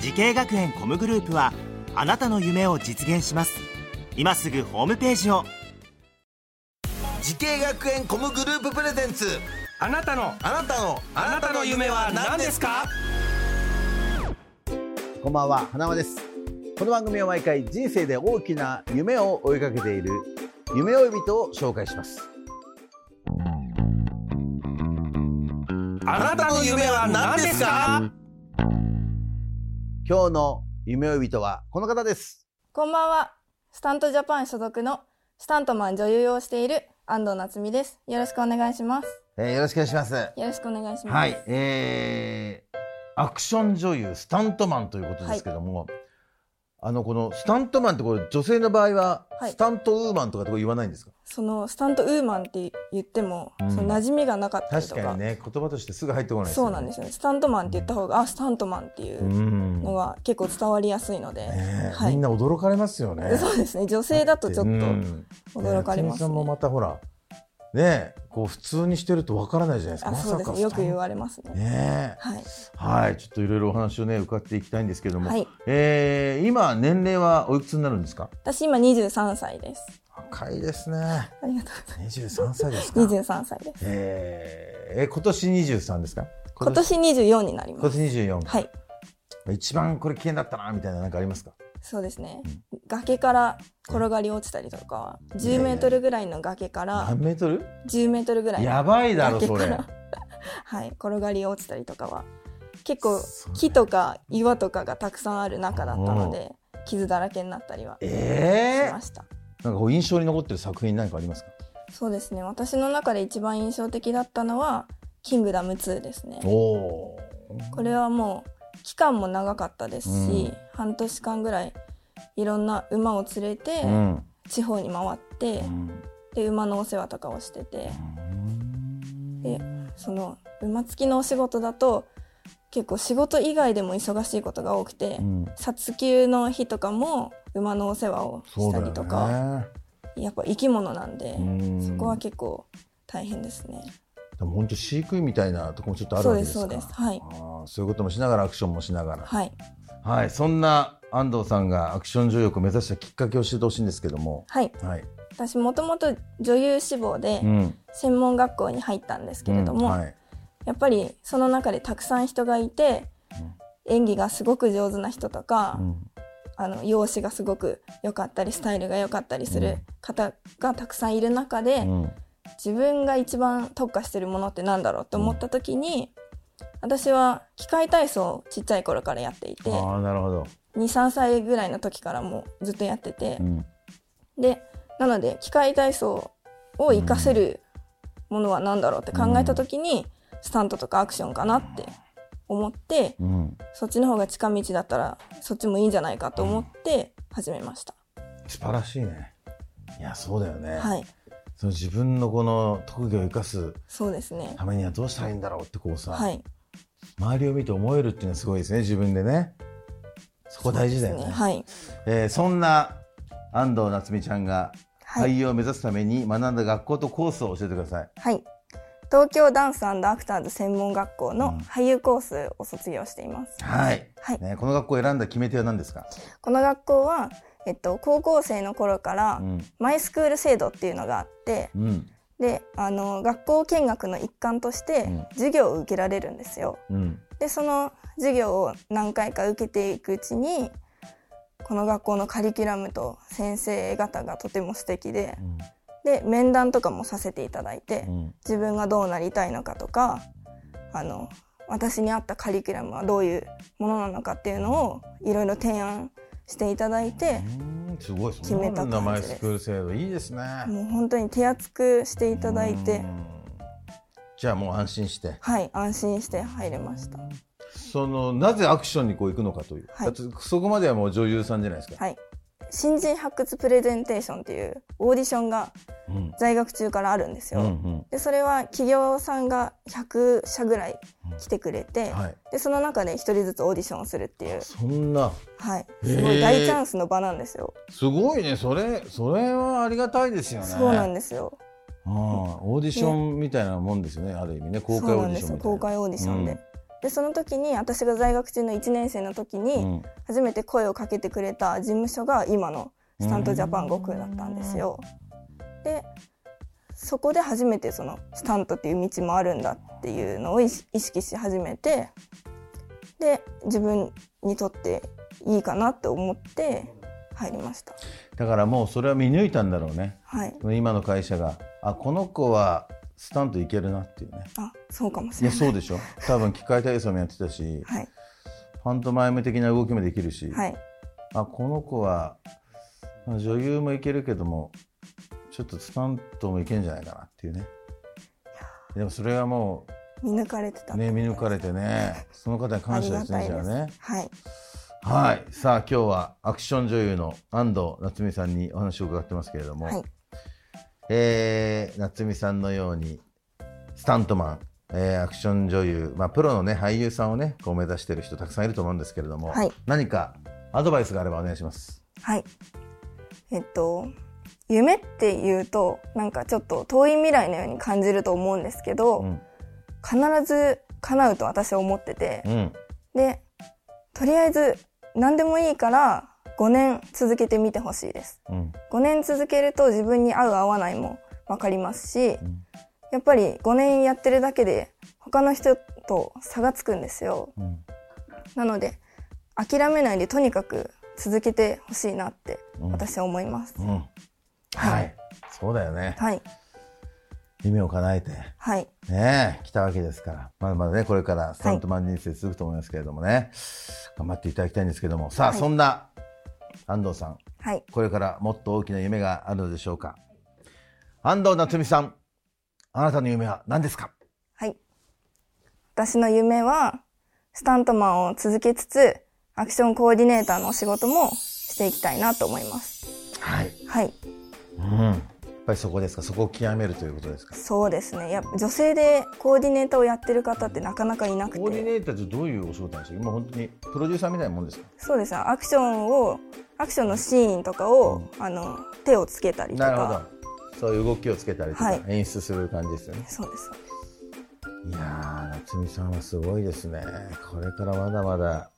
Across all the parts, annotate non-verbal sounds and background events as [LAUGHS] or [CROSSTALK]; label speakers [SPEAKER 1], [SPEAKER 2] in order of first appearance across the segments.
[SPEAKER 1] 時系学園コムグループはあなたの夢を実現します今すぐホームページを
[SPEAKER 2] 時系学園コムグループプレゼンツ
[SPEAKER 3] あなたの
[SPEAKER 2] あなたのあなたの夢は何ですか
[SPEAKER 4] こんばんは花輪ですこの番組は毎回人生で大きな夢を追いかけている夢追い人を紹介します
[SPEAKER 2] あなたの夢は何ですか
[SPEAKER 4] 今日の夢追い人はこの方です
[SPEAKER 5] こんばんは。スタントジャパン所属のスタントマン女優をしている安藤夏実です。よろしくお願いします。
[SPEAKER 4] えー、よろしくお願いします
[SPEAKER 5] よろしくお願いします。
[SPEAKER 4] はいえー、アクション女優スタントマンということですけども、あのこのスタントマンってこれ女性の場合は
[SPEAKER 5] はい
[SPEAKER 4] スタントウーマンとかってこれ言わないんですか、
[SPEAKER 5] そのスタントウーマンって言っても、
[SPEAKER 4] うん
[SPEAKER 5] その馴染みがなかったり
[SPEAKER 4] 確
[SPEAKER 5] と
[SPEAKER 4] か
[SPEAKER 5] か
[SPEAKER 4] にね言葉としてすぐ入ってこない
[SPEAKER 5] そうなんですよね。スタントマンって言った方が、あ、スタントマンっていううんのが結構伝わりやすいので、
[SPEAKER 4] ねえ
[SPEAKER 5] はい
[SPEAKER 4] みんな驚かれますよね
[SPEAKER 5] そうですね。女性だとちょっ
[SPEAKER 4] うん
[SPEAKER 5] と驚かれま
[SPEAKER 4] ね
[SPEAKER 5] す
[SPEAKER 4] あつみさんも
[SPEAKER 5] ね。
[SPEAKER 4] またほらねえこう普通にしてるとわからないじゃないですか
[SPEAKER 5] あ、そうですね。よく言われます
[SPEAKER 4] れ
[SPEAKER 5] ね。
[SPEAKER 4] ねえ
[SPEAKER 5] はい。
[SPEAKER 4] はいちょっといろいろお話をね伺っていきたいんですけども、
[SPEAKER 5] はい。
[SPEAKER 4] えー今年齢はおいくつになるんですか
[SPEAKER 5] 私今23歳です。
[SPEAKER 4] 若いですね
[SPEAKER 5] ありがとうござい
[SPEAKER 4] 二十三歳ですか
[SPEAKER 5] ます。23歳です。
[SPEAKER 4] えーえ今年二十三ですか
[SPEAKER 5] 今年24になり
[SPEAKER 4] 今
[SPEAKER 5] ます。
[SPEAKER 4] 年二十四
[SPEAKER 5] はい。
[SPEAKER 4] 一番これ危険だったなみたいななんかありますか
[SPEAKER 5] そうですね、崖から転がり落ちたりとかは10メートルぐらいの崖から
[SPEAKER 4] 何メートル
[SPEAKER 5] 10メートルぐらいの、
[SPEAKER 4] やばいだろ
[SPEAKER 5] 崖
[SPEAKER 4] そ
[SPEAKER 5] か
[SPEAKER 4] れ
[SPEAKER 5] ら [LAUGHS] はい、転がり落ちたりとかは結構
[SPEAKER 4] そうね
[SPEAKER 5] 木とか岩とかがたくさんある中だったので傷だらけになったりはし [LAUGHS]
[SPEAKER 4] ええ
[SPEAKER 5] ました、
[SPEAKER 4] なんかこう印象に残ってる作品なんかありますか
[SPEAKER 5] そうですね私の中で一番印象的だったのは「キングダム2」ですね
[SPEAKER 4] おお
[SPEAKER 5] これはもう期間も長かったですし、
[SPEAKER 4] うん
[SPEAKER 5] 半年間ぐらいいろんな馬を連れて
[SPEAKER 4] ーうん
[SPEAKER 5] 地方に回って、
[SPEAKER 4] うん
[SPEAKER 5] で馬のお世話とかをしてて、でその馬付きのお仕事だと結構仕事以外でも忙しいことが多くて、
[SPEAKER 4] うん
[SPEAKER 5] 殺球の日とかも馬のお世話を
[SPEAKER 4] そ
[SPEAKER 5] し
[SPEAKER 4] うだよ
[SPEAKER 5] たりとか、
[SPEAKER 4] ね
[SPEAKER 5] やっぱ生き物なんで、
[SPEAKER 4] うん
[SPEAKER 5] そこは結構大変ですね。
[SPEAKER 4] でも本当飼育員みたいなとこもちょっとある
[SPEAKER 5] そう
[SPEAKER 4] わけ
[SPEAKER 5] で
[SPEAKER 4] ですすか
[SPEAKER 5] そうですはい
[SPEAKER 4] あーそういうこともしながらアクションもしながら
[SPEAKER 5] はい
[SPEAKER 4] はい、そんな安藤さんがアクション女優を目指したきっかけを教えてほしいんですけども。
[SPEAKER 5] はい
[SPEAKER 4] はい。
[SPEAKER 5] 私もともと女優志望で
[SPEAKER 4] ん。
[SPEAKER 5] 専門学校に入ったんですけれども、
[SPEAKER 4] うんはい。
[SPEAKER 5] やっぱりその中でたくさん人がいて、演技がすごく上手な人とか、
[SPEAKER 4] うん
[SPEAKER 5] あの容姿がすごく良かったりスタイルが良かったりす
[SPEAKER 4] う
[SPEAKER 5] る
[SPEAKER 4] ん
[SPEAKER 5] 方がたくさんいる中で、
[SPEAKER 4] うん。
[SPEAKER 5] 自分が一番特化してるものってなんだろうって思った時に、私は機械体操をちっちゃい頃からやっていて
[SPEAKER 4] ああ、なるほど。
[SPEAKER 5] 23歳ぐらいの時からもうずっとやってて
[SPEAKER 4] う、ん。
[SPEAKER 5] でなので機械体操を活かせるものは何だろうって考えた時に、スタントとかアクションかなって思って、
[SPEAKER 4] うん。
[SPEAKER 5] そっちの方が近道だったらそっちもいいんじゃないかと思って始めました。
[SPEAKER 4] 素晴らしいね。いや、そうだよね。
[SPEAKER 5] はい、
[SPEAKER 4] その自分のこの特技を生かす
[SPEAKER 5] そうですね。
[SPEAKER 4] ためにはどうしたらいいんだろうってこうさ、
[SPEAKER 5] はい、
[SPEAKER 4] 周りを見て思えるっていうのはすごいですね、自分でね。そこ大事だよね。
[SPEAKER 5] はい、
[SPEAKER 4] えーそんな安藤夏実ちゃんが
[SPEAKER 5] は
[SPEAKER 4] 俳
[SPEAKER 5] い、
[SPEAKER 4] 優を目指すために学んだ学校とコースを教えてください。
[SPEAKER 5] はい。東京ダンスアクターズ専門学校
[SPEAKER 4] うん
[SPEAKER 5] の俳優コースを卒業しています。
[SPEAKER 4] はい。
[SPEAKER 5] はい
[SPEAKER 4] ね、この学校を選んだ決め手は何ですか。
[SPEAKER 5] この学校は、えっと、高校生の頃から、
[SPEAKER 4] うん。
[SPEAKER 5] マイスクール制度っていうのがあって、
[SPEAKER 4] うん。
[SPEAKER 5] で、あの、学校見学の一環として
[SPEAKER 4] うん、
[SPEAKER 5] 授業を受けられるんですよ。
[SPEAKER 4] うん。
[SPEAKER 5] で、その授業を何回か受けていくうちに、この学校のカリキュラムと先生方がとても素敵で、で、面談とかもさせていただいて、
[SPEAKER 4] うん。
[SPEAKER 5] 自分がどうなりたいのかとかあの私に合ったカリキュラムはどういうものなのかっていうのをいろいろ提案していただいて
[SPEAKER 4] うんすごい。
[SPEAKER 5] 決めた
[SPEAKER 4] そ
[SPEAKER 5] 感じです
[SPEAKER 4] んな名前スクール制度いいですね。
[SPEAKER 5] もう本当に手厚くしていただいて
[SPEAKER 4] うん。じゃあもう安心して。
[SPEAKER 5] はい安心して入れました
[SPEAKER 4] そのなぜアクションにこう行くのかという、
[SPEAKER 5] は
[SPEAKER 4] だ
[SPEAKER 5] い
[SPEAKER 4] ってそこまではもう女優さんじゃないですか、
[SPEAKER 5] はい新人発掘プレゼンテーションっていうオーディションが
[SPEAKER 4] うん
[SPEAKER 5] 在学中からあるんです
[SPEAKER 4] う
[SPEAKER 5] よ、
[SPEAKER 4] んうん
[SPEAKER 5] でそれは企業さんが100社ぐらい来てくれて、
[SPEAKER 4] はい、
[SPEAKER 5] でその中で一人ずつオーディションをするっていう、
[SPEAKER 4] そんな
[SPEAKER 5] はい、
[SPEAKER 4] へー
[SPEAKER 5] すごい大チャンスの場なんですよ、
[SPEAKER 4] すごいねそれそれはありがたいですよね
[SPEAKER 5] そうなん
[SPEAKER 4] です
[SPEAKER 5] ですよ
[SPEAKER 4] オーディションみたいなもんですよねある意味ね公開オーディションみたいな
[SPEAKER 5] そうなんですよ公開オーディションで、でその時に私が在学中の1年生の時に、
[SPEAKER 4] うん
[SPEAKER 5] 初めて声をかけてくれた事務所が今のスタントジャパン悟空だったんですよ。でそこで初めてそのスタントっていう道もあるんだっていうのを意識意識し始めてで自分にとっていいかなって思って入りました。
[SPEAKER 4] だからもうそれは見抜いたんだろうね
[SPEAKER 5] はい、
[SPEAKER 4] 今の会社があこの子はスタントいけるなっていうね
[SPEAKER 5] あそうかもし
[SPEAKER 4] い
[SPEAKER 5] れ
[SPEAKER 4] や
[SPEAKER 5] ない。
[SPEAKER 4] そうでしょ多分機械体操もやってたし
[SPEAKER 5] はい、
[SPEAKER 4] パントマイム的な動きもできるし、
[SPEAKER 5] はい、
[SPEAKER 4] あこの子はまあ女優もいけるけどもちょっとスタントもいけんじゃないかなっていうねでもそれはも
[SPEAKER 5] 見抜かれてた
[SPEAKER 4] うね見抜かれてねその方に
[SPEAKER 5] あ
[SPEAKER 4] 感
[SPEAKER 5] り
[SPEAKER 4] 謝
[SPEAKER 5] が
[SPEAKER 4] です
[SPEAKER 5] た
[SPEAKER 4] ね
[SPEAKER 5] い
[SPEAKER 4] じ
[SPEAKER 5] で
[SPEAKER 4] ゃあ
[SPEAKER 5] す。
[SPEAKER 4] ね
[SPEAKER 5] はい、
[SPEAKER 4] はいさあ今日はアクション女優の安藤夏実さんにお話を伺ってますけれども、
[SPEAKER 5] はい
[SPEAKER 4] えー夏実さんのようにスタントマン、えーアクション女優、まあ、プロの、ね、俳優さんを、ね、こう目指している人たくさんいると思うんですけれども、
[SPEAKER 5] はい
[SPEAKER 4] 何かアドバイスがあればお願いします。
[SPEAKER 5] はい。えっと、夢っていうと、なんかちょっと遠い未来のように感じると思うんですけど、
[SPEAKER 4] うん
[SPEAKER 5] 必ず叶うと私は思ってて、
[SPEAKER 4] うん
[SPEAKER 5] で、とりあえず何でもいいから5年続けてみてほしいです。
[SPEAKER 4] うん
[SPEAKER 5] 5年続けると自分に合う合わないも分かりますし、
[SPEAKER 4] ん
[SPEAKER 5] やっぱり5年やってるだけで他の人と差がつくんですよ。
[SPEAKER 4] うん
[SPEAKER 5] なので、諦めないでとにかく続けてほしいなって
[SPEAKER 4] うん
[SPEAKER 5] 私は思います。
[SPEAKER 4] うんはい、そうだよね
[SPEAKER 5] はい、
[SPEAKER 4] 夢を叶えて、
[SPEAKER 5] はい、
[SPEAKER 4] ねえ、来たわけですから、まだまだね、これからスタントマン人生続くと思いますけれどもね、頑張っていただきたいんですけども、さあ、
[SPEAKER 5] はい
[SPEAKER 4] そんな安藤さん、
[SPEAKER 5] はい、
[SPEAKER 4] これからもっと大きな夢があるのでしょうか。安藤夏実さん、あなたの夢は何ですか
[SPEAKER 5] はい。私の夢は、スタントマンを続けつつ、アクションコーディネーターのお仕事もしていきたいなと思います。
[SPEAKER 4] はい。
[SPEAKER 5] はい、
[SPEAKER 4] うん。やっぱりそこですか、そこを極めるということですか。
[SPEAKER 5] そうですね。やっぱ女性でコーディネーターをやってる方ってなかなかいなく
[SPEAKER 4] コーディネ
[SPEAKER 5] て、
[SPEAKER 4] ーターってどういうお仕事なんですか今本当にプロデューサーみたいなもんですか
[SPEAKER 5] そうですね。アクションを、アクションのシーンとかを、あの手をつけたりとか、
[SPEAKER 4] なるほど。そういう動きをつけたりとか、
[SPEAKER 5] はい
[SPEAKER 4] 演出する感じですよね。
[SPEAKER 5] そうです。
[SPEAKER 4] いやー、夏美さんはすごいですね。これからまだまだ、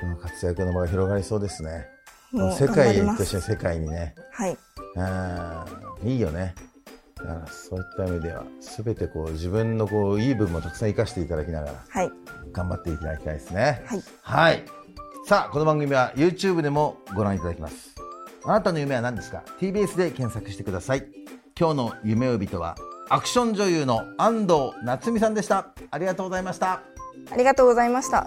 [SPEAKER 4] この活躍の場が広がりそうですね。
[SPEAKER 5] もう
[SPEAKER 4] 世
[SPEAKER 5] 頑張
[SPEAKER 4] 界
[SPEAKER 5] りま
[SPEAKER 4] として
[SPEAKER 5] す。
[SPEAKER 4] 世界にね。
[SPEAKER 5] はい、
[SPEAKER 4] うん、いいよね。だからそういった意味では、すべてこう自分のこういい部分もたくさん生かしていただきながら、
[SPEAKER 5] はい、
[SPEAKER 4] 頑張っていただきたいですね。
[SPEAKER 5] はい、
[SPEAKER 4] はい。さあ、この番組は YouTube でもご覧いただきます。あなたの夢は何ですか ?TBS で検索してください。今日の夢呼人は、アクション女優の安藤夏実さんでした。ありがとうございました。
[SPEAKER 5] ありがとうございました。